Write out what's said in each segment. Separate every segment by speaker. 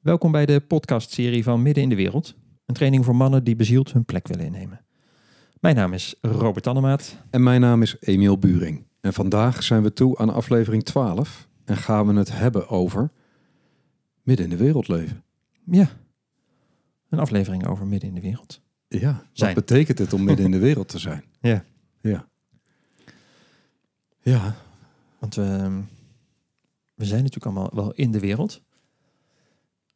Speaker 1: Welkom bij de podcastserie van Midden in de Wereld. Een training voor mannen die bezield hun plek willen innemen. Mijn naam is Robert Annemaat.
Speaker 2: En mijn naam is Emiel Buring. En vandaag zijn we toe aan aflevering 12 en gaan we het hebben over midden in de wereld leven.
Speaker 1: Ja, een aflevering over Midden in de Wereld.
Speaker 2: Ja,
Speaker 1: Zijn.
Speaker 2: wat betekent het om midden in de wereld te zijn?
Speaker 1: Ja.
Speaker 2: Ja. Ja,
Speaker 1: Want ehm, we zijn natuurlijk allemaal wel in de wereld.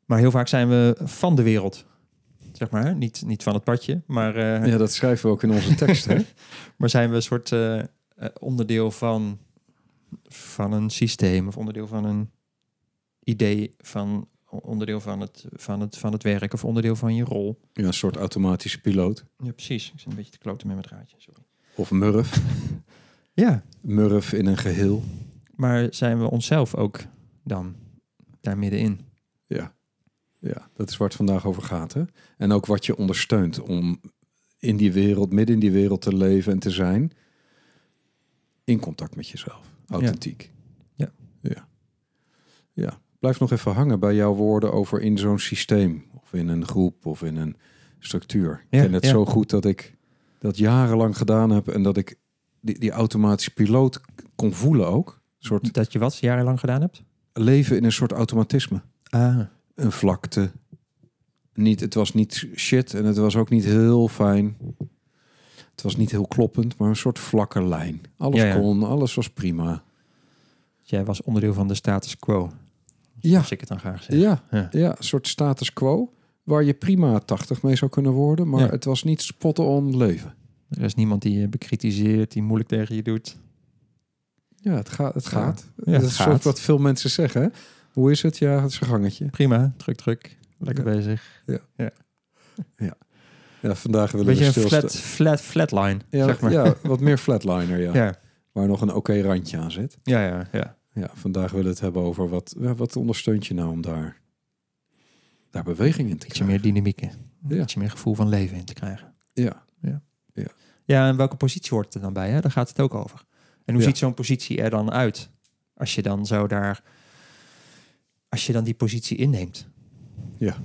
Speaker 1: Maar heel vaak zijn we van de wereld. Zeg maar, niet, niet van het padje, maar, eh,
Speaker 2: ja, dat schrijven we ook in onze tekst. Hè?
Speaker 1: maar zijn we een soort eh, eh, onderdeel van, van een systeem of onderdeel van een idee, van onderdeel van het, van, het, van het werk of onderdeel van je rol.
Speaker 2: Ja, een soort automatische piloot.
Speaker 1: Ja, precies. Ik zit een beetje te kloten met mijn draadje, sorry.
Speaker 2: Of murf.
Speaker 1: Ja,
Speaker 2: Murf in een geheel.
Speaker 1: maar zijn we onszelf ook dan daar middenin?
Speaker 2: Ja. ja, dat is waar het vandaag over gaat. Hè? En ook wat je ondersteunt om in die wereld, midden in die wereld te leven en te zijn. In contact met jezelf. Authentiek.
Speaker 1: Ja.
Speaker 2: Ja. Ja. Blijf nog even hangen bij jouw woorden over in zo'n systeem. Of in een groep of in een structuur.
Speaker 1: Ja,
Speaker 2: ik ken het
Speaker 1: ja.
Speaker 2: zo goed dat ik dat jarenlang gedaan heb. En dat ik die, die automatische piloot kon voelen ook. Een soort
Speaker 1: Dat je wat jarenlang gedaan hebt?
Speaker 2: leven in een soort automatisme
Speaker 1: Ah,
Speaker 2: een vlakte. Niet, het was niet shit en het was ook niet heel fijn. Het was niet heel kloppend, maar een soort vlakke lijn. Alles
Speaker 1: Ja, ja.
Speaker 2: kon, alles was prima.
Speaker 1: jij was onderdeel van de status quo.
Speaker 2: Ja,
Speaker 1: Als ik het dan graag zeg.
Speaker 2: ja,
Speaker 1: Ja.
Speaker 2: ja. een soort status quo. Waar je prima 80 mee zou kunnen worden, maar
Speaker 1: Ja.
Speaker 2: het was niet spot-on leven.
Speaker 1: Er is niemand die je bekritiseert, die moeilijk tegen je doet.
Speaker 2: Ja, het, gaat het gaat.
Speaker 1: Ja,
Speaker 2: dat
Speaker 1: het
Speaker 2: is een
Speaker 1: gaat.
Speaker 2: soort wat veel mensen zeggen. hè. Hoe is het? Ja, het is een gangetje.
Speaker 1: Prima, druk, druk. Lekker bezig.
Speaker 2: Ja, vandaag willen
Speaker 1: Beetje
Speaker 2: we
Speaker 1: een
Speaker 2: stilstaan.
Speaker 1: flat, flat, flatline,
Speaker 2: ja,
Speaker 1: zeg maar.
Speaker 2: ja, wat meer flatliner, ja.
Speaker 1: ja,
Speaker 2: Waar nog een oké randje aan zit.
Speaker 1: ja, ja. ja.
Speaker 2: Ja, vandaag willen we het hebben over wat, ja, wat ondersteunt je nou om daar, daar beweging in te
Speaker 1: Ietsje
Speaker 2: krijgen.
Speaker 1: meer dynamieken.
Speaker 2: Ja.
Speaker 1: Ietsje meer gevoel van leven in te krijgen.
Speaker 2: Ja,
Speaker 1: Ja, en welke positie hoort er dan bij? Hè? Daar gaat het ook over. En hoe
Speaker 2: Ja.
Speaker 1: ziet zo'n positie er dan uit? Als je dan zo daar... Als je dan die positie inneemt.
Speaker 2: Ja.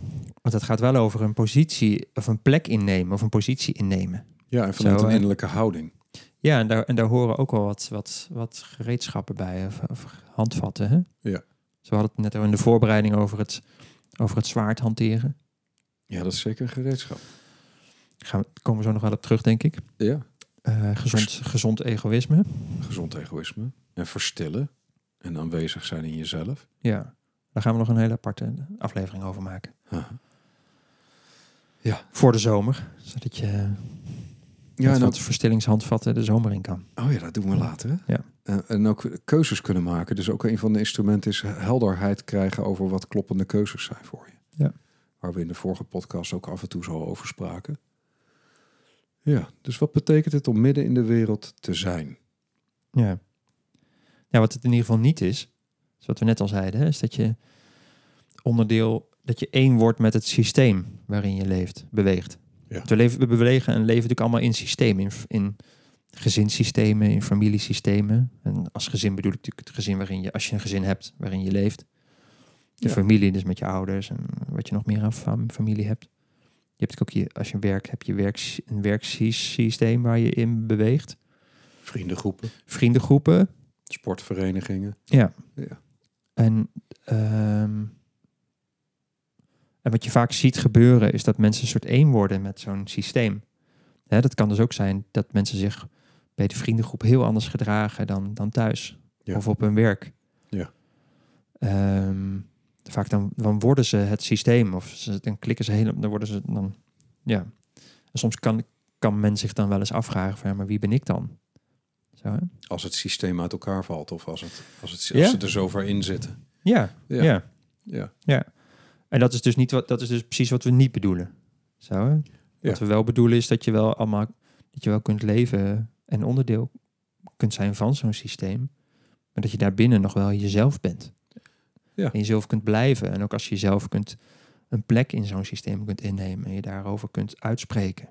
Speaker 1: Want het gaat wel over een positie of een plek innemen of een positie innemen.
Speaker 2: ja en vanuit
Speaker 1: Zo,
Speaker 2: een
Speaker 1: eh,
Speaker 2: innerlijke houding.
Speaker 1: Ja, en daar, en daar horen ook wel wat, wat, wat gereedschappen bij, of, of handvatten. Hè?
Speaker 2: Ja.
Speaker 1: Zo hadden het net al in de voorbereiding over het, over het zwaard hanteren.
Speaker 2: Ja, dat is zeker een gereedschap.
Speaker 1: Gaan we, komen we zo nog wel op terug, denk ik.
Speaker 2: Ja,
Speaker 1: Eh, gezond, gezond egoïsme.
Speaker 2: gezond egoïsme. En verstillen. En aanwezig zijn in jezelf.
Speaker 1: Ja, daar gaan we nog een hele aparte aflevering over maken.
Speaker 2: Haha.
Speaker 1: Voor de zomer, zodat je
Speaker 2: Ja,
Speaker 1: met
Speaker 2: en ook,
Speaker 1: wat verstillingshandvatten de zomer in kan.
Speaker 2: oh ja, dat doen we later. Hè?
Speaker 1: Ja.
Speaker 2: En, en ook keuzes kunnen maken. Dus ook een van de instrumenten is helderheid krijgen over wat kloppende keuzes zijn voor je.
Speaker 1: Ja.
Speaker 2: Waar we in de vorige podcast ook af en toe zo over spraken. Ja, dus wat betekent het om midden in de wereld te zijn?
Speaker 1: Ja. ja, wat het in ieder geval niet is, is wat we net al zeiden, hè, is dat je onderdeel, dat je één wordt met het systeem waarin je leeft, beweegt.
Speaker 2: Ja.
Speaker 1: Want We, leven, we bewegen en leven natuurlijk allemaal in systemen, in, in gezinssystemen, in familiesystemen. En als gezin bedoel ik natuurlijk het gezin waarin je, als je een gezin hebt, waarin je leeft. Je
Speaker 2: Ja.
Speaker 1: familie, dus met je ouders en wat je nog meer aan fam- familie hebt. Je hebt ook je, als je werkt, heb je werks, een werksysteem waar je in beweegt.
Speaker 2: Vriendengroepen,
Speaker 1: Vriendengroepen,
Speaker 2: sportverenigingen.
Speaker 1: En, ehm, en wat je vaak ziet gebeuren is dat mensen een soort één worden met zo'n systeem. Hè, dat kan dus ook zijn dat mensen zich bij de vriendengroep heel anders gedragen dan, dan thuis
Speaker 2: Ja.
Speaker 1: of op hun werk.
Speaker 2: Ja.
Speaker 1: Ehm, vaak dan, dan worden ze het systeem of ze, dan klikken ze helemaal, dan worden ze dan, ja. En soms kan, kan men zich dan wel eens afvragen van, ja, maar wie ben ik dan? Zo, hè?
Speaker 2: Als het systeem uit elkaar valt of als, het, als, het, als
Speaker 1: Ja?
Speaker 2: ze er zo ver in zitten.
Speaker 1: Ja,
Speaker 2: Ja.
Speaker 1: ja.
Speaker 2: Ja.
Speaker 1: En dat is dus niet wat dat is dus precies wat we niet bedoelen. Zo, hè? Wat we wel bedoelen is dat je wel allemaal dat je wel kunt leven en onderdeel kunt zijn van zo'n systeem, maar dat je daarbinnen nog wel jezelf bent.
Speaker 2: Ja.
Speaker 1: En jezelf kunt blijven en ook als je jezelf kunt een plek in zo'n systeem kunt innemen en je daarover kunt uitspreken.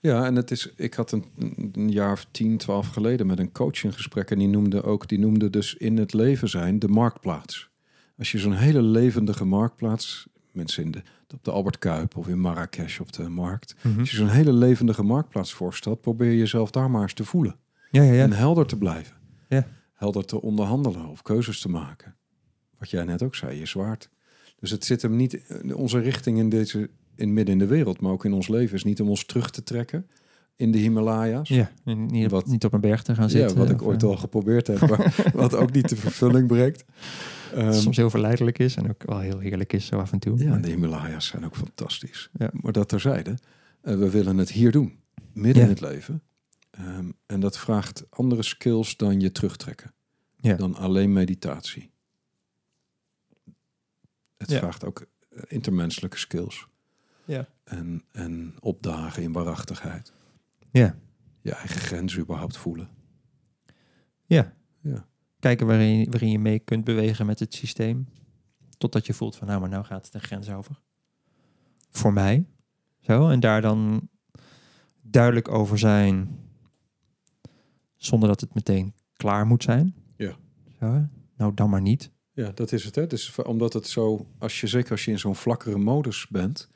Speaker 2: ja, en het is, ik had een, een jaar of tien, twaalf geleden met een coach een gesprek. En die noemde ook, die noemde dus in het leven zijn de marktplaats. Als je zo'n hele levendige marktplaats, mensen in de, op de Albert Kuip of in Marrakesh op de
Speaker 1: Hm.
Speaker 2: markt. Als je zo'n hele levendige marktplaats voorstelt, probeer jezelf daar maar eens te voelen.
Speaker 1: Ja, ja, ja.
Speaker 2: En eh, helder te blijven.
Speaker 1: Ja.
Speaker 2: Helder te onderhandelen of keuzes te maken. Wat jij net ook zei, je zwaard. Dus het zit hem niet, onze richting in deze, in midden in de wereld, maar ook in ons leven, is niet om ons terug te trekken in de Himalaya's.
Speaker 1: ja. en Niet, op,
Speaker 2: Wat-
Speaker 1: niet op een berg te gaan
Speaker 2: Ja,
Speaker 1: zitten.
Speaker 2: wat ik
Speaker 1: of,
Speaker 2: ooit
Speaker 1: eh,
Speaker 2: al geprobeerd heb, maar wat ook niet de vervulling brengt. Ehm,
Speaker 1: soms heel verleidelijk is en ook wel heel heerlijk is zo af en toe.
Speaker 2: ja,
Speaker 1: Maar-
Speaker 2: de Himalaya's zijn ook fantastisch.
Speaker 1: Ja.
Speaker 2: Maar dat terzijde, eh, we willen het hier doen, midden
Speaker 1: Ja.
Speaker 2: in het leven. Ehm, en dat vraagt andere skills dan je terugtrekken.
Speaker 1: Ja.
Speaker 2: Dan alleen meditatie. Het
Speaker 1: Ja.
Speaker 2: vraagt ook eh, intermenselijke skills.
Speaker 1: Ja.
Speaker 2: En, en opdagen in waarachtigheid.
Speaker 1: Ja.
Speaker 2: Je eigen grens überhaupt voelen.
Speaker 1: Ja.
Speaker 2: Ja.
Speaker 1: Kijken waarin, waarin je mee kunt bewegen met het systeem. Totdat je voelt van nou, maar nou gaat het de grens over. Voor mij. Zo. En daar dan duidelijk over zijn. Zonder dat het meteen klaar moet zijn.
Speaker 2: Ja.
Speaker 1: Zo, hè? nou, dan maar niet.
Speaker 2: Ja, dat is het. Hè? Dus va- omdat het zo, als je, zeker als je in zo'n vlakkere modus bent,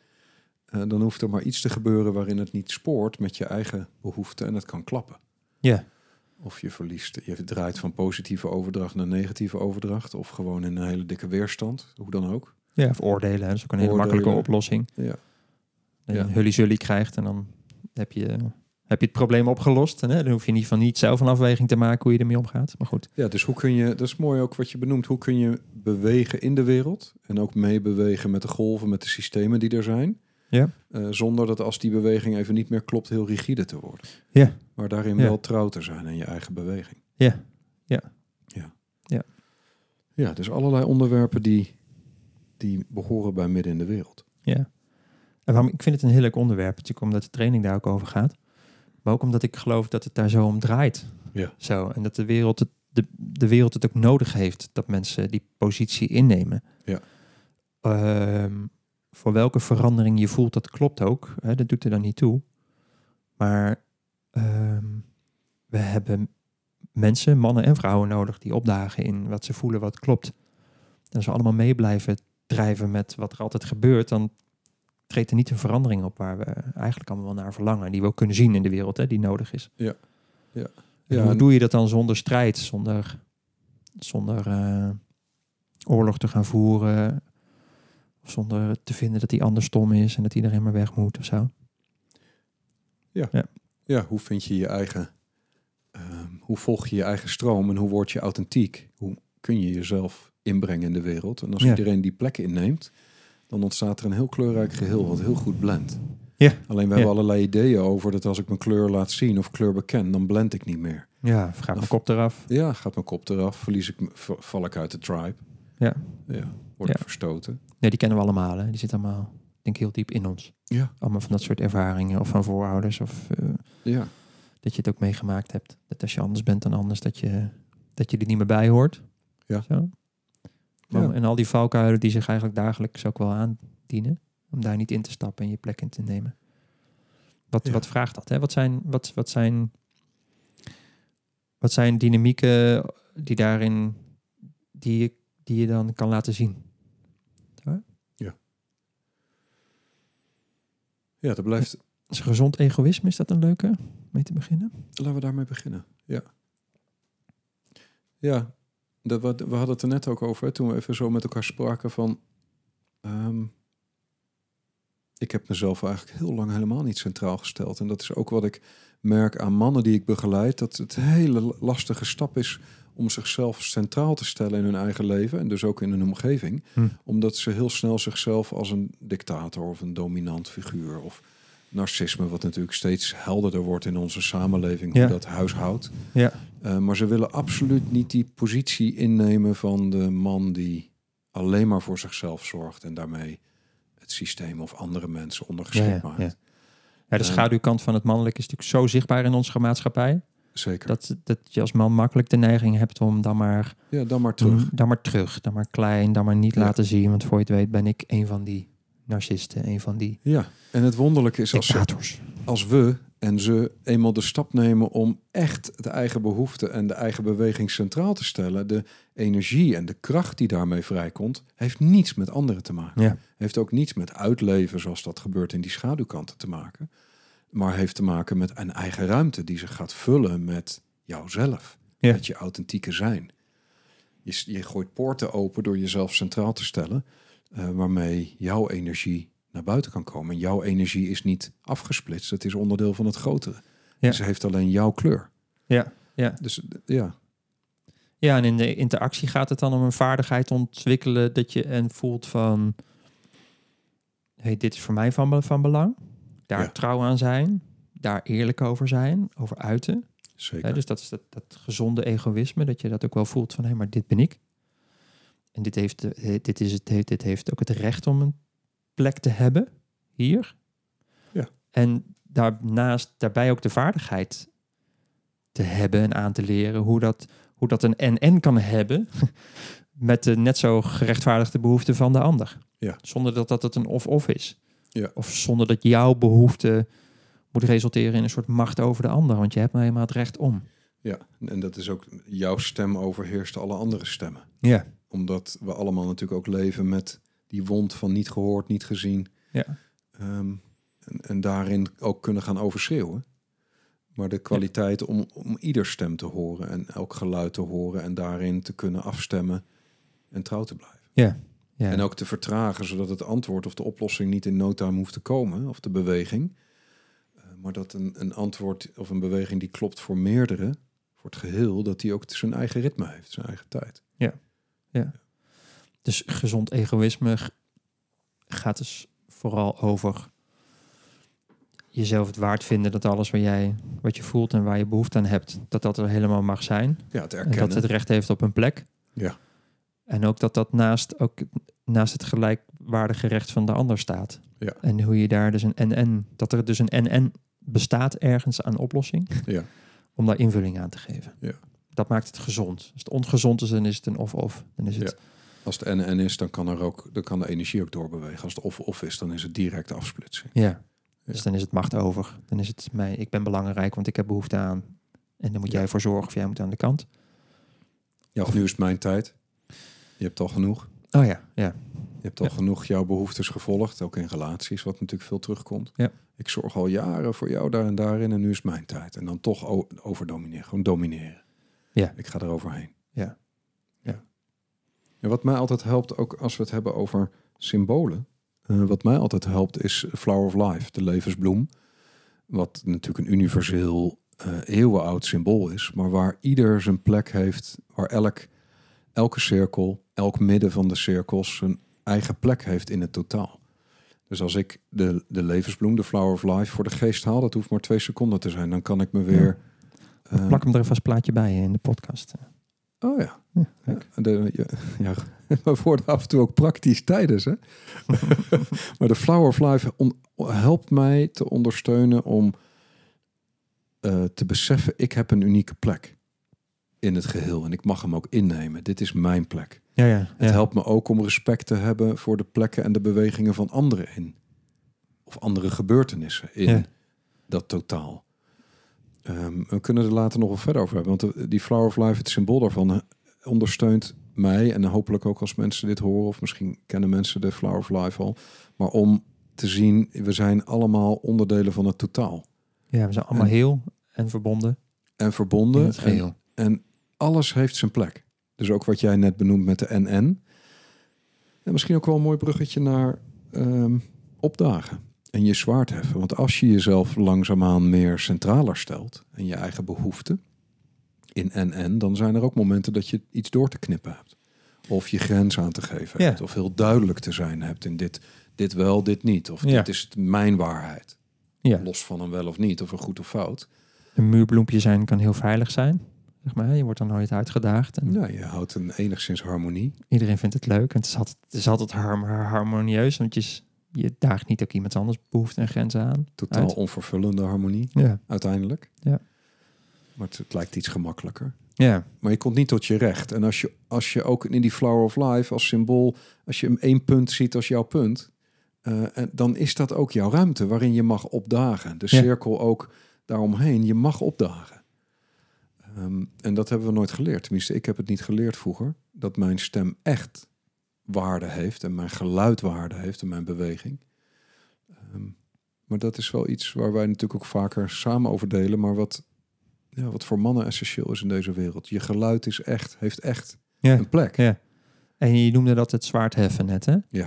Speaker 2: eh, dan hoeft er maar iets te gebeuren waarin het niet spoort met je eigen behoeften en het kan klappen.
Speaker 1: Ja.
Speaker 2: Of je verliest, je draait van positieve overdracht naar negatieve overdracht, of gewoon in een hele dikke weerstand, hoe dan ook.
Speaker 1: Ja, of oordelen. hè. Dat is ook een hele
Speaker 2: Oordelen.
Speaker 1: makkelijke oplossing.
Speaker 2: Ja.
Speaker 1: Dat je
Speaker 2: Ja.
Speaker 1: een hully-zully krijgt en dan heb je, heb je het probleem opgelost. En, hè, dan hoef je niet, van niet zelf een afweging te maken hoe je ermee omgaat. Maar goed.
Speaker 2: Ja, dus hoe kun je, dat is mooi ook wat je benoemt, hoe kun je bewegen in de wereld en ook meebewegen met de golven, met de systemen die er zijn.
Speaker 1: Ja.
Speaker 2: Eh, zonder dat als die beweging even niet meer klopt, heel rigide te worden.
Speaker 1: Ja.
Speaker 2: Maar daarin
Speaker 1: Ja.
Speaker 2: wel trouw te zijn aan je eigen beweging.
Speaker 1: Ja. Ja.
Speaker 2: Ja.
Speaker 1: Ja.
Speaker 2: Ja, dus allerlei onderwerpen die, die behoren bij midden in de wereld.
Speaker 1: Ja. En waarom, ik vind het een heel leuk onderwerp, natuurlijk omdat de training daar ook over gaat. Maar ook omdat ik geloof dat het daar zo om draait.
Speaker 2: Ja.
Speaker 1: Zo, en dat de wereld het, de, de wereld het ook nodig heeft dat mensen die positie innemen.
Speaker 2: Ja.
Speaker 1: Ehm, voor welke verandering je voelt, dat klopt ook. Hè, dat doet er dan niet toe. Maar ehm, we hebben mensen, mannen en vrouwen nodig die opdagen in wat ze voelen, wat klopt. En als we allemaal mee blijven drijven met wat er altijd gebeurt, dan treedt er niet een verandering op waar we eigenlijk allemaal wel naar verlangen. Die we ook kunnen zien in de wereld, hè, die nodig is.
Speaker 2: Ja. Ja.
Speaker 1: En
Speaker 2: Ja,
Speaker 1: hoe
Speaker 2: en-
Speaker 1: doe je dat dan zonder strijd, zonder, zonder eh, oorlog te gaan voeren? Of zonder te vinden dat die ander stom is en dat iedereen maar weg moet of zo?
Speaker 2: Ja, hoe vind je je eigen, ehm, hoe volg je je eigen stroom en hoe word je authentiek? Hoe kun je jezelf inbrengen in de wereld? En als
Speaker 1: Ja.
Speaker 2: iedereen die plek inneemt, dan ontstaat er een heel kleurrijk geheel wat heel goed blendt.
Speaker 1: Ja.
Speaker 2: Alleen we
Speaker 1: Ja.
Speaker 2: hebben allerlei ideeën over dat als ik mijn kleur laat zien of kleur beken, dan blend ik niet meer.
Speaker 1: Ja, vraag mijn
Speaker 2: Of-
Speaker 1: kop eraf.
Speaker 2: Ja, gaat mijn kop eraf, verlies ik, me- v- val ik uit de tribe.
Speaker 1: Ja.
Speaker 2: ja word ik
Speaker 1: Ja.
Speaker 2: verstoten.
Speaker 1: Nee, die kennen we allemaal. Hè. Die zitten allemaal, denk ik, heel diep in ons.
Speaker 2: Ja.
Speaker 1: Allemaal van dat soort ervaringen of van voorouders of... eh,
Speaker 2: Ja,
Speaker 1: dat je het ook meegemaakt hebt. Dat als je anders bent dan anders, dat je, dat je er niet meer bij hoort.
Speaker 2: Ja.
Speaker 1: Zo. Maar-
Speaker 2: Ja.
Speaker 1: En al die valkuilen die zich eigenlijk dagelijks ook wel aandienen. Om daar niet in te stappen en je plek in te nemen. Wat,
Speaker 2: Ja.
Speaker 1: wat vraagt dat? Hè? Wat, zijn, wat, wat, zijn, wat zijn dynamieken die daarin die je, die je dan kan laten zien?
Speaker 2: ja dat blijft,
Speaker 1: Is gezond egoïsme, is dat een leuke om mee te beginnen?
Speaker 2: Laten we daarmee beginnen. Ja. Ja, dat, we, we hadden het er net ook over hè, toen we even zo met elkaar spraken van. ehm, ik heb mezelf eigenlijk heel lang helemaal niet centraal gesteld. En dat is ook wat ik merk aan mannen die ik begeleid. Dat het een hele lastige stap is om zichzelf centraal te stellen in hun eigen leven. En dus ook in hun omgeving.
Speaker 1: Hm.
Speaker 2: Omdat ze heel snel zichzelf als een dictator of een dominant figuur. Of narcisme, wat natuurlijk steeds helderder wordt in onze samenleving. Hoe
Speaker 1: Ja.
Speaker 2: dat huishoudt.
Speaker 1: Ja.
Speaker 2: Eh, maar ze willen absoluut niet die positie innemen van de man die alleen maar voor zichzelf zorgt en daarmee het systeem of andere mensen ondergeschikt maakt.
Speaker 1: ja. Ja, de
Speaker 2: Eh.
Speaker 1: schaduwkant van het mannelijk is natuurlijk zo zichtbaar in onze maatschappij.
Speaker 2: Zeker.
Speaker 1: Dat, dat je als man makkelijk de neiging hebt om dan maar
Speaker 2: ja, dan maar terug.
Speaker 1: dan maar terug, dan maar klein, dan maar niet
Speaker 2: Ja.
Speaker 1: laten zien. Want voor je het weet ben ik een van die narcisten, een van die
Speaker 2: Ja, en het wonderlijke is als, ze-
Speaker 1: dictators.
Speaker 2: als we, en en ze eenmaal de stap nemen om echt de eigen behoeften en de eigen beweging centraal te stellen, de energie en de kracht die daarmee vrijkomt, heeft niets met anderen te maken.
Speaker 1: Ja.
Speaker 2: Heeft ook niets met uitleven zoals dat gebeurt in die schaduwkanten te maken, maar heeft te maken met een eigen ruimte die ze gaat vullen met jouzelf,
Speaker 1: Ja.
Speaker 2: met je authentieke zijn. Je, s- je gooit poorten open door jezelf centraal te stellen, eh, waarmee jouw energie naar buiten kan komen. En jouw energie is niet afgesplitst, het is onderdeel van het grotere.
Speaker 1: Ja.
Speaker 2: Ze heeft alleen jouw kleur.
Speaker 1: Ja, ja.
Speaker 2: Dus eh, ja,
Speaker 1: Ja, en in de interactie gaat het dan om een vaardigheid ontwikkelen dat je en voelt van, hey, dit is voor mij van, be- van belang. Daar
Speaker 2: Ja.
Speaker 1: trouw aan zijn, daar eerlijk over zijn, over uiten.
Speaker 2: zeker.
Speaker 1: Hè, dus dat is dat, dat gezonde egoïsme, dat je dat ook wel voelt van, hé, maar dit ben ik. En dit heeft, de- dit, is het, dit heeft ook het recht om een plek te hebben hier.
Speaker 2: Ja.
Speaker 1: En daarnaast, daarbij ook de vaardigheid te hebben en aan te leren hoe dat, hoe dat een en-en kan hebben met de net zo gerechtvaardigde behoeften van de ander.
Speaker 2: Ja.
Speaker 1: Zonder dat dat het een of-of is.
Speaker 2: Ja.
Speaker 1: Of zonder dat jouw behoefte moet resulteren in een soort macht over de ander, want je hebt nou helemaal het recht om.
Speaker 2: Ja, en dat is ook jouw stem overheerst alle andere stemmen.
Speaker 1: Ja.
Speaker 2: Omdat we allemaal natuurlijk ook leven met die wond van niet gehoord, niet gezien.
Speaker 1: Ja.
Speaker 2: Ehm, en, en daarin ook kunnen gaan overschreeuwen. Maar de kwaliteit om, om ieder stem te horen en elk geluid te horen en daarin te kunnen afstemmen en trouw te blijven.
Speaker 1: Ja.
Speaker 2: En ook te vertragen, zodat het antwoord of de oplossing niet in no time hoeft te komen, of de beweging. Eh, maar dat een, een antwoord of een beweging die klopt voor meerdere, voor het geheel, dat die ook zijn eigen ritme heeft, zijn eigen tijd.
Speaker 1: Dus gezond egoïsme g- gaat dus vooral over jezelf het waard vinden dat alles wat jij wat je voelt en waar je behoefte aan hebt, dat dat er helemaal mag zijn.
Speaker 2: Ja, het
Speaker 1: En dat
Speaker 2: erkennen.
Speaker 1: het recht heeft op een plek.
Speaker 2: Ja.
Speaker 1: En ook dat dat naast, ook naast het gelijkwaardige recht van de ander staat.
Speaker 2: Ja.
Speaker 1: En hoe je daar dus een en-en, dat er dus een en-en bestaat ergens aan oplossing.
Speaker 2: Ja.
Speaker 1: Om daar invulling aan te geven.
Speaker 2: Ja.
Speaker 1: Dat maakt het gezond. Als het ongezond is, dan is het een of-of. Dan is het
Speaker 2: Als het en-en is, dan kan, er ook, dan kan de energie ook doorbewegen. Als het of-of is, dan is het directe afsplitsing.
Speaker 1: Ja. Dus dan is het macht over. Dan is het mij, ik ben belangrijk, want ik heb behoefte aan. En dan moet
Speaker 2: Ja.
Speaker 1: jij voor zorgen of jij moet aan de kant.
Speaker 2: Ja, of nu is het mijn tijd. Je hebt al genoeg.
Speaker 1: Oh ja, ja.
Speaker 2: Je hebt al
Speaker 1: Ja.
Speaker 2: genoeg jouw behoeftes gevolgd, ook in relaties, wat natuurlijk veel terugkomt.
Speaker 1: Ja.
Speaker 2: Ik zorg al jaren voor jou daar en daarin en nu is mijn tijd. En dan toch o- overdomineren, gewoon domineren.
Speaker 1: Ja.
Speaker 2: Ik ga er overheen.
Speaker 1: Ja.
Speaker 2: ja. En wat mij altijd helpt, ook als we het hebben over symbolen. eh, wat mij altijd helpt is Flower of Life, de levensbloem. Wat natuurlijk een universeel, eh, eeuwenoud symbool is. Maar waar ieder zijn plek heeft, waar elk, elke cirkel, elk midden van de cirkels zijn eigen plek heeft in het totaal. Dus als ik de, de levensbloem, de flower of life, voor de geest haal, dat hoeft maar twee seconden te zijn. Dan kan ik me weer... eh,
Speaker 1: Plak hem er even als plaatje bij in de podcast.
Speaker 2: Oh ja.
Speaker 1: Ja,
Speaker 2: ja, de, ja, ja, we worden af en toe ook praktisch tijdens, hè? maar de Flower of Life on- helpt mij te ondersteunen om eh, te beseffen... ik heb een unieke plek in het geheel en ik mag hem ook innemen. Dit is mijn plek.
Speaker 1: Ja, ja.
Speaker 2: Het helpt me ook om respect te hebben voor de plekken en de bewegingen van anderen in. Of andere gebeurtenissen in
Speaker 1: Ja.
Speaker 2: dat totaal. Ehm, we kunnen er later nog wel verder over hebben. Want de- die Flower of Life, het symbool daarvan, eh, ondersteunt mij. En hopelijk ook als mensen dit horen. Of misschien kennen mensen de Flower of Life al. Maar om te zien, we zijn allemaal onderdelen van het totaal.
Speaker 1: Ja, we zijn allemaal
Speaker 2: En-
Speaker 1: heel en verbonden
Speaker 2: En
Speaker 1: in
Speaker 2: verbonden.
Speaker 1: het
Speaker 2: en-
Speaker 1: geheel.
Speaker 2: en alles heeft zijn plek. Dus ook wat jij net benoemt met de NN. En misschien ook wel een mooi bruggetje naar ehm, opdagen en je zwaard heffen. Want als je jezelf langzaamaan meer centraler stelt en je eigen behoeften in NN, dan zijn er ook momenten dat je iets door te knippen hebt. Of je grens aan te geven
Speaker 1: Ja.
Speaker 2: hebt. Of heel duidelijk te zijn hebt in dit, dit wel, dit niet. Of
Speaker 1: Ja.
Speaker 2: dit is mijn waarheid.
Speaker 1: Ja.
Speaker 2: Los van een wel of niet, of een goed of fout.
Speaker 1: Een muurbloempje zijn kan heel veilig zijn. Zeg maar, hè, je wordt dan nooit uitgedaagd. En
Speaker 2: Ja, Nou, je houdt een enigszins harmonie.
Speaker 1: Iedereen vindt het leuk. En het is altijd, het is altijd har- harmonieus. Want je, is- je daagt niet ook iemand anders behoeften en grenzen aan.
Speaker 2: Totaal
Speaker 1: Uit.
Speaker 2: onvervullende harmonie.
Speaker 1: Ja.
Speaker 2: uiteindelijk.
Speaker 1: Ja.
Speaker 2: Maar het, het lijkt iets gemakkelijker.
Speaker 1: Ja.
Speaker 2: Maar je komt niet tot je recht. En als je, als je ook in die Flower of Life als symbool, als je hem één punt ziet als jouw punt, eh, en dan is dat ook jouw ruimte waarin je mag opdagen. De
Speaker 1: Ja.
Speaker 2: cirkel ook daaromheen, je mag opdagen. Ehm, en dat hebben we nooit geleerd. Tenminste, ik heb het niet geleerd vroeger. Dat mijn stem echt waarde heeft en mijn geluid waarde heeft en mijn beweging. Ehm, maar dat is wel iets waar wij natuurlijk ook vaker samen over delen. Maar wat, ja, wat voor mannen essentieel is in deze wereld. Je geluid is echt, heeft echt
Speaker 1: Ja.
Speaker 2: een plek.
Speaker 1: Ja. En je noemde dat het zwaard heffen net, hè?
Speaker 2: Ja.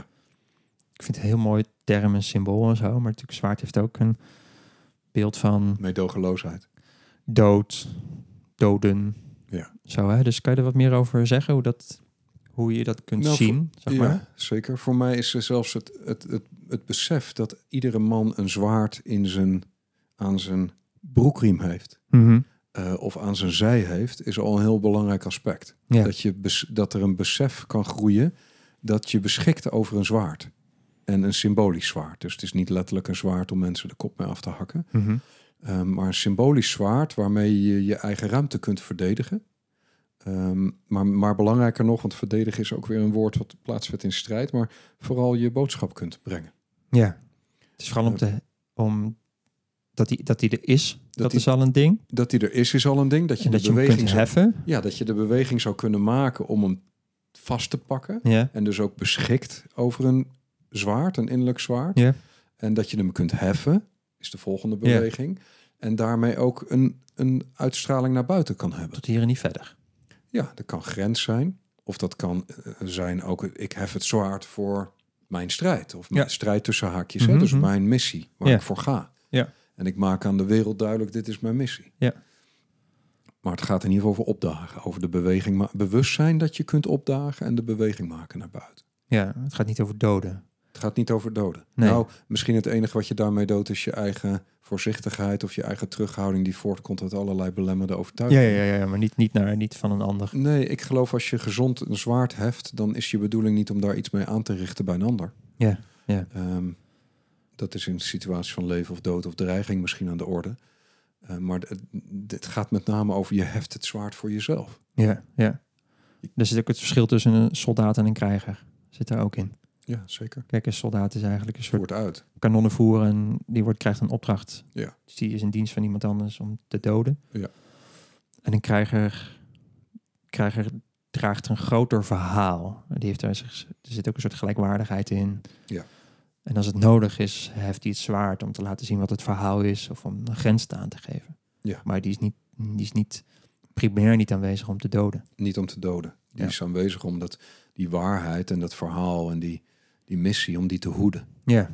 Speaker 1: Ik vind het een heel mooi term en symbool en zo. Maar natuurlijk, zwaard heeft ook een beeld van
Speaker 2: Meedogenloosheid.
Speaker 1: dood, doden.
Speaker 2: Ja.
Speaker 1: Zo, hè? Dus kan je er wat meer over zeggen? Hoe, dat, hoe je dat kunt
Speaker 2: Nou,
Speaker 1: zien, zeg
Speaker 2: ja,
Speaker 1: maar?
Speaker 2: zeker. Voor mij is er zelfs het, het, het, het besef dat iedere man een zwaard in zijn, aan zijn broekriem heeft.
Speaker 1: Mhm.
Speaker 2: eh, of aan zijn zij heeft, is al een heel belangrijk aspect.
Speaker 1: Ja.
Speaker 2: Dat, je bes- dat er een besef kan groeien dat je beschikt over een zwaard. En een symbolisch zwaard. Dus het is niet letterlijk een zwaard om mensen de kop mee af te hakken.
Speaker 1: Mhm.
Speaker 2: Ehm, maar een symbolisch zwaard waarmee je je eigen ruimte kunt verdedigen. Ehm, maar, maar belangrijker nog, want verdedigen is ook weer een woord wat plaatsvindt in strijd, maar vooral je boodschap kunt brengen.
Speaker 1: Ja. Het is vooral om, te, om dat, die, dat die er is. Dat,
Speaker 2: die-
Speaker 1: is al een ding.
Speaker 2: Dat die er is, is al een ding. Dat je,
Speaker 1: En
Speaker 2: de,
Speaker 1: dat je hem
Speaker 2: beweging
Speaker 1: kunt
Speaker 2: zou,
Speaker 1: heffen.
Speaker 2: ja, dat je de beweging zou kunnen maken om hem vast te pakken.
Speaker 1: Ja.
Speaker 2: En dus ook beschikt over een zwaard, een innerlijk zwaard.
Speaker 1: Ja.
Speaker 2: En dat je hem kunt heffen, is de volgende
Speaker 1: Ja.
Speaker 2: beweging. En daarmee ook een, een uitstraling naar buiten kan hebben.
Speaker 1: Tot hier en niet verder.
Speaker 2: Ja, dat kan grens zijn. Of dat kan eh, zijn ook, eh, ik hef het zwaard voor mijn strijd. Of mijn
Speaker 1: Ja.
Speaker 2: strijd tussen haakjes.
Speaker 1: Mhm,
Speaker 2: hè? Dus
Speaker 1: mhm.
Speaker 2: mijn missie, waar
Speaker 1: Ja.
Speaker 2: ik voor ga.
Speaker 1: Ja.
Speaker 2: En ik maak aan de wereld duidelijk, dit is mijn missie.
Speaker 1: Ja.
Speaker 2: Maar het gaat in ieder geval over opdagen. Over de beweging. Maar bewustzijn dat je kunt opdagen en de beweging maken naar buiten.
Speaker 1: Ja, het gaat niet over doden.
Speaker 2: Het gaat niet over doden.
Speaker 1: Nee.
Speaker 2: Nou, misschien het enige wat je daarmee doodt is je eigen voorzichtigheid of je eigen terughouding die voortkomt uit allerlei belemmerde
Speaker 1: Ja,
Speaker 2: overtuigingen.
Speaker 1: ja, ja, ja, maar niet, niet, naar, niet van een ander.
Speaker 2: Nee, ik geloof als je gezond een zwaard heft, dan is je bedoeling niet om daar iets mee aan te richten bij een ander.
Speaker 1: Ja, ja.
Speaker 2: Ehm, dat is in de situatie van leven of dood of dreiging misschien aan de orde. Eh, maar d- dit gaat met name over je heft het zwaard voor jezelf.
Speaker 1: Ja, ja. Er zit ook het verschil tussen een soldaat en een krijger. Zit er ook in.
Speaker 2: Ja, zeker.
Speaker 1: Kijk, een soldaat is eigenlijk een soort
Speaker 2: Voert uit.
Speaker 1: kanonnenvoer en die wordt, krijgt een opdracht.
Speaker 2: Ja.
Speaker 1: Dus die is in dienst van iemand anders om te doden.
Speaker 2: Ja.
Speaker 1: En een krijger, krijger draagt een groter verhaal. Die heeft daar, zich- er zit ook een soort gelijkwaardigheid in.
Speaker 2: Ja.
Speaker 1: En als het nodig is, heft hij het zwaard om te laten zien wat het verhaal is of om een grens te aan te geven.
Speaker 2: Ja.
Speaker 1: Maar die is, niet, die is niet primair niet aanwezig om te doden.
Speaker 2: Niet om te doden. Die
Speaker 1: Ja.
Speaker 2: is aanwezig om dat, die waarheid en dat verhaal en die, die missie, om die te hoeden.
Speaker 1: Ja.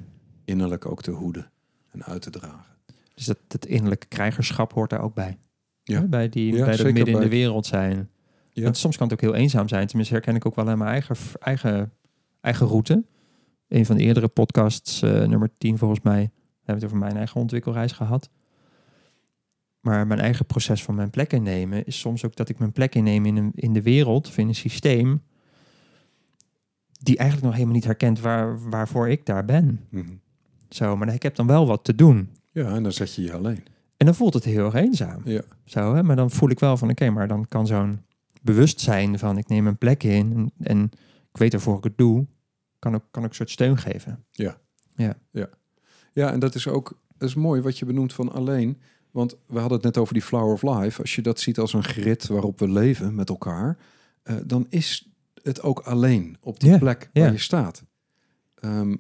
Speaker 2: Innerlijk ook te hoeden en uit te dragen.
Speaker 1: Dus dat, dat innerlijke krijgerschap hoort daar ook bij.
Speaker 2: Ja.
Speaker 1: Hè, Bij, die,
Speaker 2: Ja,
Speaker 1: bij dat
Speaker 2: zeker
Speaker 1: midden in
Speaker 2: bij-
Speaker 1: de wereld zijn.
Speaker 2: Ja.
Speaker 1: Want soms kan het ook heel eenzaam zijn. Tenminste, herken ik ook wel aan mijn eigen, eigen, eigen route. Een van de eerdere podcasts, eh, nummer 10 volgens mij, hebben we het over mijn eigen ontwikkelreis gehad. Maar mijn eigen proces van mijn plek innemen is soms ook dat ik mijn plek inneem in, een, in de wereld of in een systeem die eigenlijk nog helemaal niet herkent waar, waarvoor ik daar ben.
Speaker 2: Mhm.
Speaker 1: Zo, maar ik heb dan wel wat te doen.
Speaker 2: Ja, en dan zet je je alleen.
Speaker 1: En dan voelt het heel erg eenzaam.
Speaker 2: Ja.
Speaker 1: Zo, hè? Maar dan voel ik wel van, oké, maar dan kan zo'n bewustzijn van... ik neem een plek in en, en ik weet waarvoor ik het doe... kan ook, kan ook een soort steun geven.
Speaker 2: Ja, en dat is ook dat is mooi wat je benoemt van alleen. Want we hadden het net over die Flower of Life. Als je dat ziet als een grid waarop we leven met elkaar, eh, dan is het ook alleen op die
Speaker 1: Ja,
Speaker 2: plek
Speaker 1: ja.
Speaker 2: waar je staat. Ehm,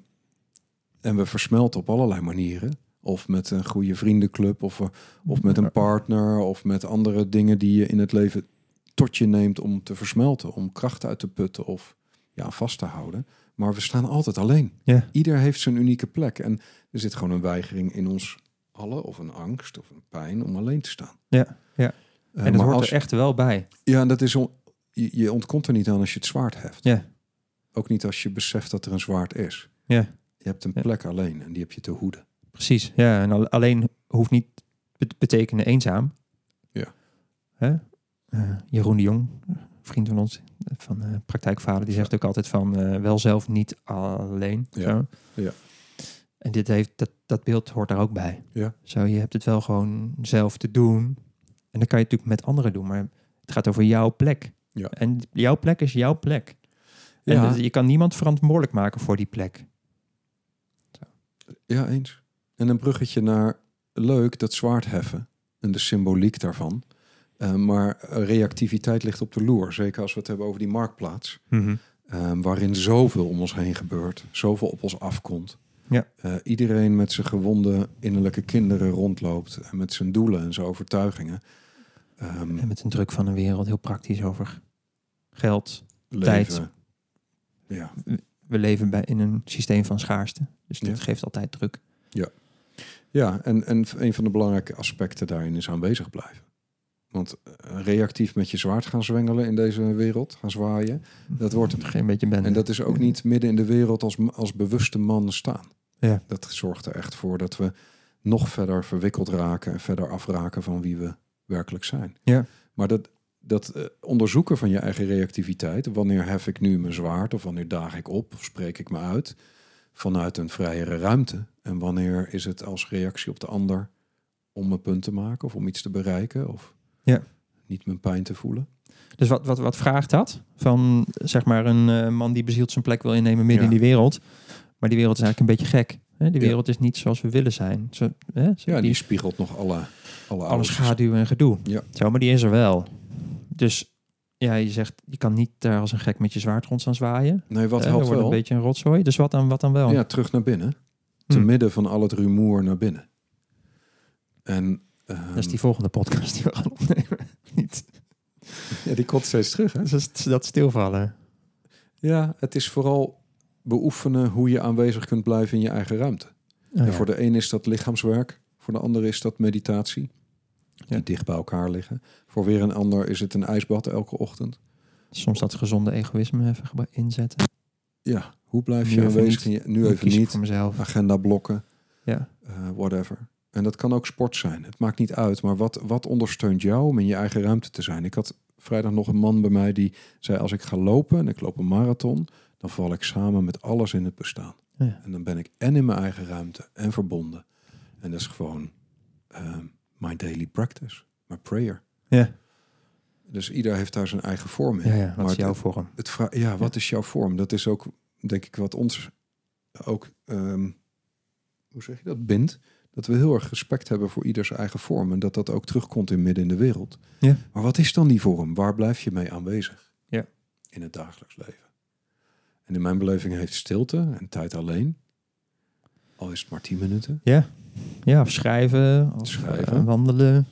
Speaker 2: en we versmelten op allerlei manieren. Of met een goede vriendenclub, of, eh, of met een partner, of met andere dingen die je in het leven tot je neemt om te versmelten, om kracht uit te putten of ja, vast te houden. Maar we staan altijd alleen.
Speaker 1: Ja.
Speaker 2: Ieder heeft zijn unieke plek. En er zit gewoon een weigering in ons allen, of een angst of een pijn om alleen te staan.
Speaker 1: Ja, ja.
Speaker 2: Eh,
Speaker 1: En dat
Speaker 2: maar
Speaker 1: hoort
Speaker 2: als-
Speaker 1: er echt wel bij.
Speaker 2: Ja, en dat is on- je, je ontkomt er niet aan als je het zwaard heft.
Speaker 1: Ja.
Speaker 2: Ook niet als je beseft dat er een zwaard is.
Speaker 1: Ja.
Speaker 2: Je hebt een
Speaker 1: Ja.
Speaker 2: plek alleen en die heb je te hoeden.
Speaker 1: Precies, ja. En al- alleen hoeft niet te betekenen eenzaam.
Speaker 2: Ja.
Speaker 1: Hè? Eh, Jeroen de Jong, vriend van ons, eh, van eh praktijkvader, die zegt ook altijd van... eh, wel zelf, niet alleen.
Speaker 2: Ja,
Speaker 1: Zo.
Speaker 2: ja.
Speaker 1: En dit heeft, dat, dat beeld hoort er ook bij.
Speaker 2: Ja.
Speaker 1: Zo, je hebt het wel gewoon zelf te doen. En dan kan je het natuurlijk met anderen doen, maar het gaat over jouw plek.
Speaker 2: Ja.
Speaker 1: En jouw plek is jouw plek. En
Speaker 2: Ja.
Speaker 1: het- je kan niemand verantwoordelijk maken voor die plek.
Speaker 2: Ja, eens. En een bruggetje naar leuk, dat zwaard heffen en de symboliek daarvan. Eh, maar reactiviteit ligt op de loer. Zeker als we het hebben over die marktplaats.
Speaker 1: Mhm.
Speaker 2: eh, waarin zoveel om ons heen gebeurt. Zoveel op ons afkomt.
Speaker 1: Ja.
Speaker 2: Eh, iedereen met zijn gewonde innerlijke kinderen rondloopt. En met zijn doelen en zijn overtuigingen. Ehm,
Speaker 1: En met een druk van de wereld, heel praktisch over geld. tijd.
Speaker 2: leven. Ja.
Speaker 1: We leven bij, in een systeem van schaarste. Dus dat
Speaker 2: Ja.
Speaker 1: geeft altijd druk.
Speaker 2: Ja, en, en een van de belangrijke aspecten daarin is aanwezig blijven. Want eh, reactief met je zwaard gaan zwengelen in deze wereld, gaan zwaaien, dat wordt het.
Speaker 1: Geen beetje bende.
Speaker 2: En dat is ook niet midden in de wereld als, m- als bewuste man staan.
Speaker 1: Ja.
Speaker 2: Dat zorgt er echt voor dat we nog verder verwikkeld raken en verder afraken van wie we werkelijk zijn.
Speaker 1: Ja.
Speaker 2: Maar dat, dat eh, onderzoeken van je eigen reactiviteit, wanneer hef ik nu mijn zwaard of wanneer daag ik op of spreek ik me uit vanuit een vrijere ruimte en wanneer is het als reactie op de ander om een punt te maken of om iets te bereiken of
Speaker 1: Ja.
Speaker 2: niet mijn pijn te voelen.
Speaker 1: Dus wat, wat, wat vraagt dat? Van zeg maar een eh, man die bezield zijn plek wil innemen midden
Speaker 2: Ja.
Speaker 1: in die wereld. Maar die wereld is eigenlijk een beetje gek. Hè? Die
Speaker 2: Ja.
Speaker 1: wereld is niet zoals we willen zijn. Zo, hè? Zo-
Speaker 2: Ja,
Speaker 1: die-
Speaker 2: en die spiegelt nog alle, alle
Speaker 1: alle
Speaker 2: oude-
Speaker 1: schaduw en gedoe.
Speaker 2: Ja.
Speaker 1: Zo, maar die is er wel. Dus ja, je zegt, je kan niet daar als een gek met je zwaard rond staan zwaaien.
Speaker 2: Nee, wat
Speaker 1: Hè,
Speaker 2: helpt
Speaker 1: dan wordt
Speaker 2: wel?
Speaker 1: een beetje een rotzooi. Dus wat dan, wat dan wel?
Speaker 2: Ja, terug naar binnen. Te
Speaker 1: Hm.
Speaker 2: midden van al het rumoer naar binnen. En ehm,
Speaker 1: Dat is die volgende podcast die we gaan opnemen. niet.
Speaker 2: ja, die komt steeds terug. Hè?
Speaker 1: Dat, is dat stilvallen.
Speaker 2: Ja, het is vooral beoefenen hoe je aanwezig kunt blijven in je eigen ruimte.
Speaker 1: Oh,
Speaker 2: en
Speaker 1: ja.
Speaker 2: voor de een is dat lichaamswerk, voor de ander is dat meditatie. Die
Speaker 1: Ja.
Speaker 2: dicht bij elkaar liggen. Voor weer een ander is het een ijsbad elke ochtend.
Speaker 1: Soms dat gezonde egoïsme even gebru- inzetten.
Speaker 2: Ja, hoe blijf
Speaker 1: Nu
Speaker 2: je
Speaker 1: even
Speaker 2: aanwezig?
Speaker 1: niet.
Speaker 2: in je- nu
Speaker 1: Ik
Speaker 2: even
Speaker 1: kies
Speaker 2: niet.
Speaker 1: voor mezelf.
Speaker 2: Agenda blokken.
Speaker 1: Ja.
Speaker 2: eh, whatever. En dat kan ook sport zijn. Het maakt niet uit, maar wat, wat ondersteunt jou om in je eigen ruimte te zijn? Ik had vrijdag nog een man bij mij die zei: Als ik ga lopen en ik loop een marathon, dan val ik samen met alles in het bestaan.
Speaker 1: Ja.
Speaker 2: En dan ben ik en in mijn eigen ruimte en verbonden. En dat is gewoon ehm, my daily practice, my prayer.
Speaker 1: Ja.
Speaker 2: Dus ieder heeft daar zijn eigen vorm in.
Speaker 1: Ja, ja, wat is
Speaker 2: het-
Speaker 1: jouw vorm?
Speaker 2: het vra- ja, wat is jouw vorm? Dat is ook, denk ik, wat ons ook, ehm, hoe zeg je dat, bindt. Dat we heel erg respect hebben voor ieders eigen vorm. En dat dat ook terugkomt in midden in de wereld.
Speaker 1: Ja.
Speaker 2: Maar wat is dan die vorm? Waar blijf je mee aanwezig?
Speaker 1: Ja.
Speaker 2: In het dagelijks leven. En in mijn beleving heeft stilte en tijd alleen, al is het maar tien minuten,
Speaker 1: Ja. Ja, of schrijven. Of
Speaker 2: Schrijven.
Speaker 1: eh, wandelen.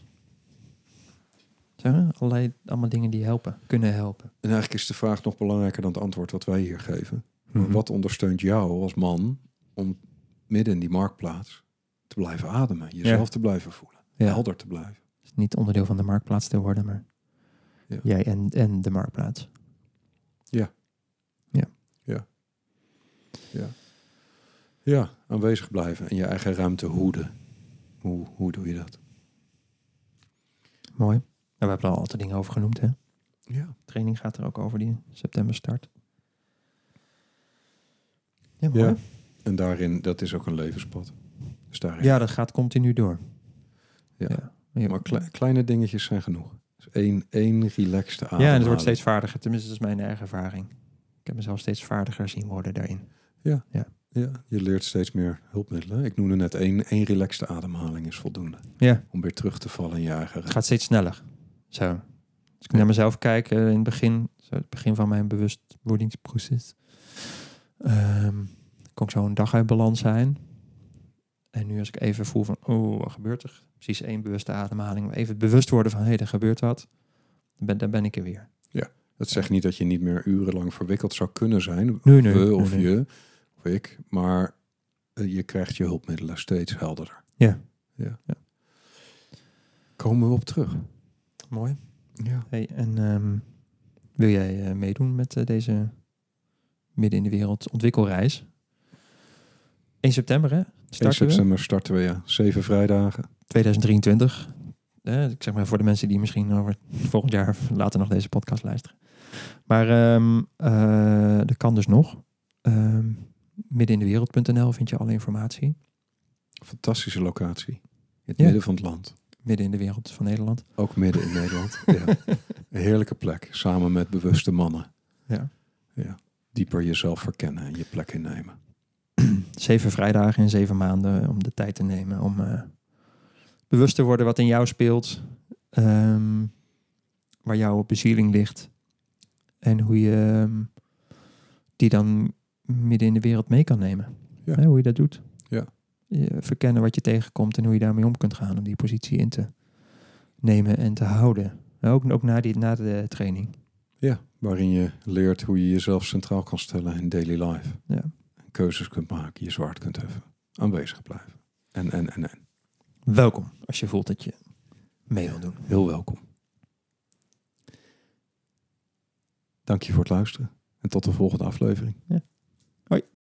Speaker 1: Zeg maar, allerlei, allemaal dingen die helpen. Kunnen helpen.
Speaker 2: En eigenlijk is de vraag nog belangrijker dan het antwoord wat wij hier geven. Maar
Speaker 1: Mhm.
Speaker 2: Wat ondersteunt jou als man om midden in die marktplaats te blijven ademen, jezelf te blijven voelen,
Speaker 1: Ja.
Speaker 2: helder te blijven?
Speaker 1: Dus niet onderdeel van de marktplaats te worden, maar
Speaker 2: Ja.
Speaker 1: jij en, en de marktplaats.
Speaker 2: Ja.
Speaker 1: Ja.
Speaker 2: Ja. Ja. Ja, aanwezig blijven en je eigen ruimte hoeden. Hoe, hoe doe je dat?
Speaker 1: Mooi. Nou, we hebben er al altijd dingen over genoemd, hè?
Speaker 2: Ja.
Speaker 1: Training gaat er ook over die september start. Ja, mooi.
Speaker 2: ja.
Speaker 1: Ja,
Speaker 2: En daarin, dat is ook een levenspad. Dus daarin.
Speaker 1: dat gaat continu door.
Speaker 2: Ja.
Speaker 1: Ja.
Speaker 2: Maar kle- kleine dingetjes zijn genoeg. Dus één, één relaxte adem.
Speaker 1: Ja, en het wordt steeds vaardiger. Tenminste, dat is mijn eigen ervaring. Ik heb mezelf steeds vaardiger zien worden daarin.
Speaker 2: Ja, je leert steeds meer hulpmiddelen. Ik noemde net één, één relaxte ademhaling is voldoende.
Speaker 1: Ja.
Speaker 2: Om weer terug te vallen in je eigen
Speaker 1: Het
Speaker 2: ruimte.
Speaker 1: gaat steeds sneller. Zo. Als ik naar mezelf kijk, eh, in het begin, zo het begin van mijn bewustwordingsproces, ehm, kon ik zo een dag uit balans zijn. En nu als ik even voel van, oh, wat gebeurt er? Precies één bewuste ademhaling. maar Even het bewust worden van, hé, hey, er gebeurt wat. Dan ben, dan ben ik er weer.
Speaker 2: Dat zegt niet dat je niet meer urenlang verwikkeld zou kunnen zijn.
Speaker 1: Nee, nee,
Speaker 2: we
Speaker 1: nee,
Speaker 2: of
Speaker 1: nee.
Speaker 2: je of ik. Maar eh, je krijgt je hulpmiddelen steeds helderder.
Speaker 1: Ja.
Speaker 2: ja.
Speaker 1: Ja.
Speaker 2: Komen we op terug.
Speaker 1: Mooi.
Speaker 2: Ja.
Speaker 1: Hey, en ehm, wil jij eh, meedoen met eh, deze midden in de wereld ontwikkelreis? 1 september, hè?
Speaker 2: 1
Speaker 1: Starten we?
Speaker 2: september starten we, ja. Zeven vrijdagen.
Speaker 1: 2023. Eh, ik zeg maar voor de mensen die misschien over volgend jaar of later nog deze podcast luisteren. Maar ehm, eh, dat kan dus nog. Ehm middenindewereld.nl vind je alle informatie.
Speaker 2: Fantastische locatie. In het
Speaker 1: Ja.
Speaker 2: midden van het land.
Speaker 1: Midden in de wereld van Nederland.
Speaker 2: Ook midden in Nederland. Ja. Een heerlijke plek. Samen met bewuste mannen.
Speaker 1: Ja.
Speaker 2: dieper jezelf verkennen en je plek innemen.
Speaker 1: Zeven vrijdagen in zeven maanden om de tijd te nemen om eh, bewust te worden wat in jou speelt, ehm, waar jouw bezieling ligt en hoe je ehm, die dan midden in de wereld mee kan nemen.
Speaker 2: Ja.
Speaker 1: Hè, hoe je dat doet.
Speaker 2: Ja.
Speaker 1: Je verkennen wat je tegenkomt en hoe je daarmee om kunt gaan om die positie in te nemen en te houden. Ook, ook na, die, na de training.
Speaker 2: Ja, waarin je leert hoe je jezelf centraal kan stellen in daily life.
Speaker 1: Ja.
Speaker 2: En keuzes kunt maken, je zwaard kunt heffen, aanwezig blijven. En, en, en, en.
Speaker 1: Welkom als je voelt dat je mee wil doen.
Speaker 2: Heel welkom. Dank je voor het luisteren en tot de volgende aflevering.
Speaker 1: Ja.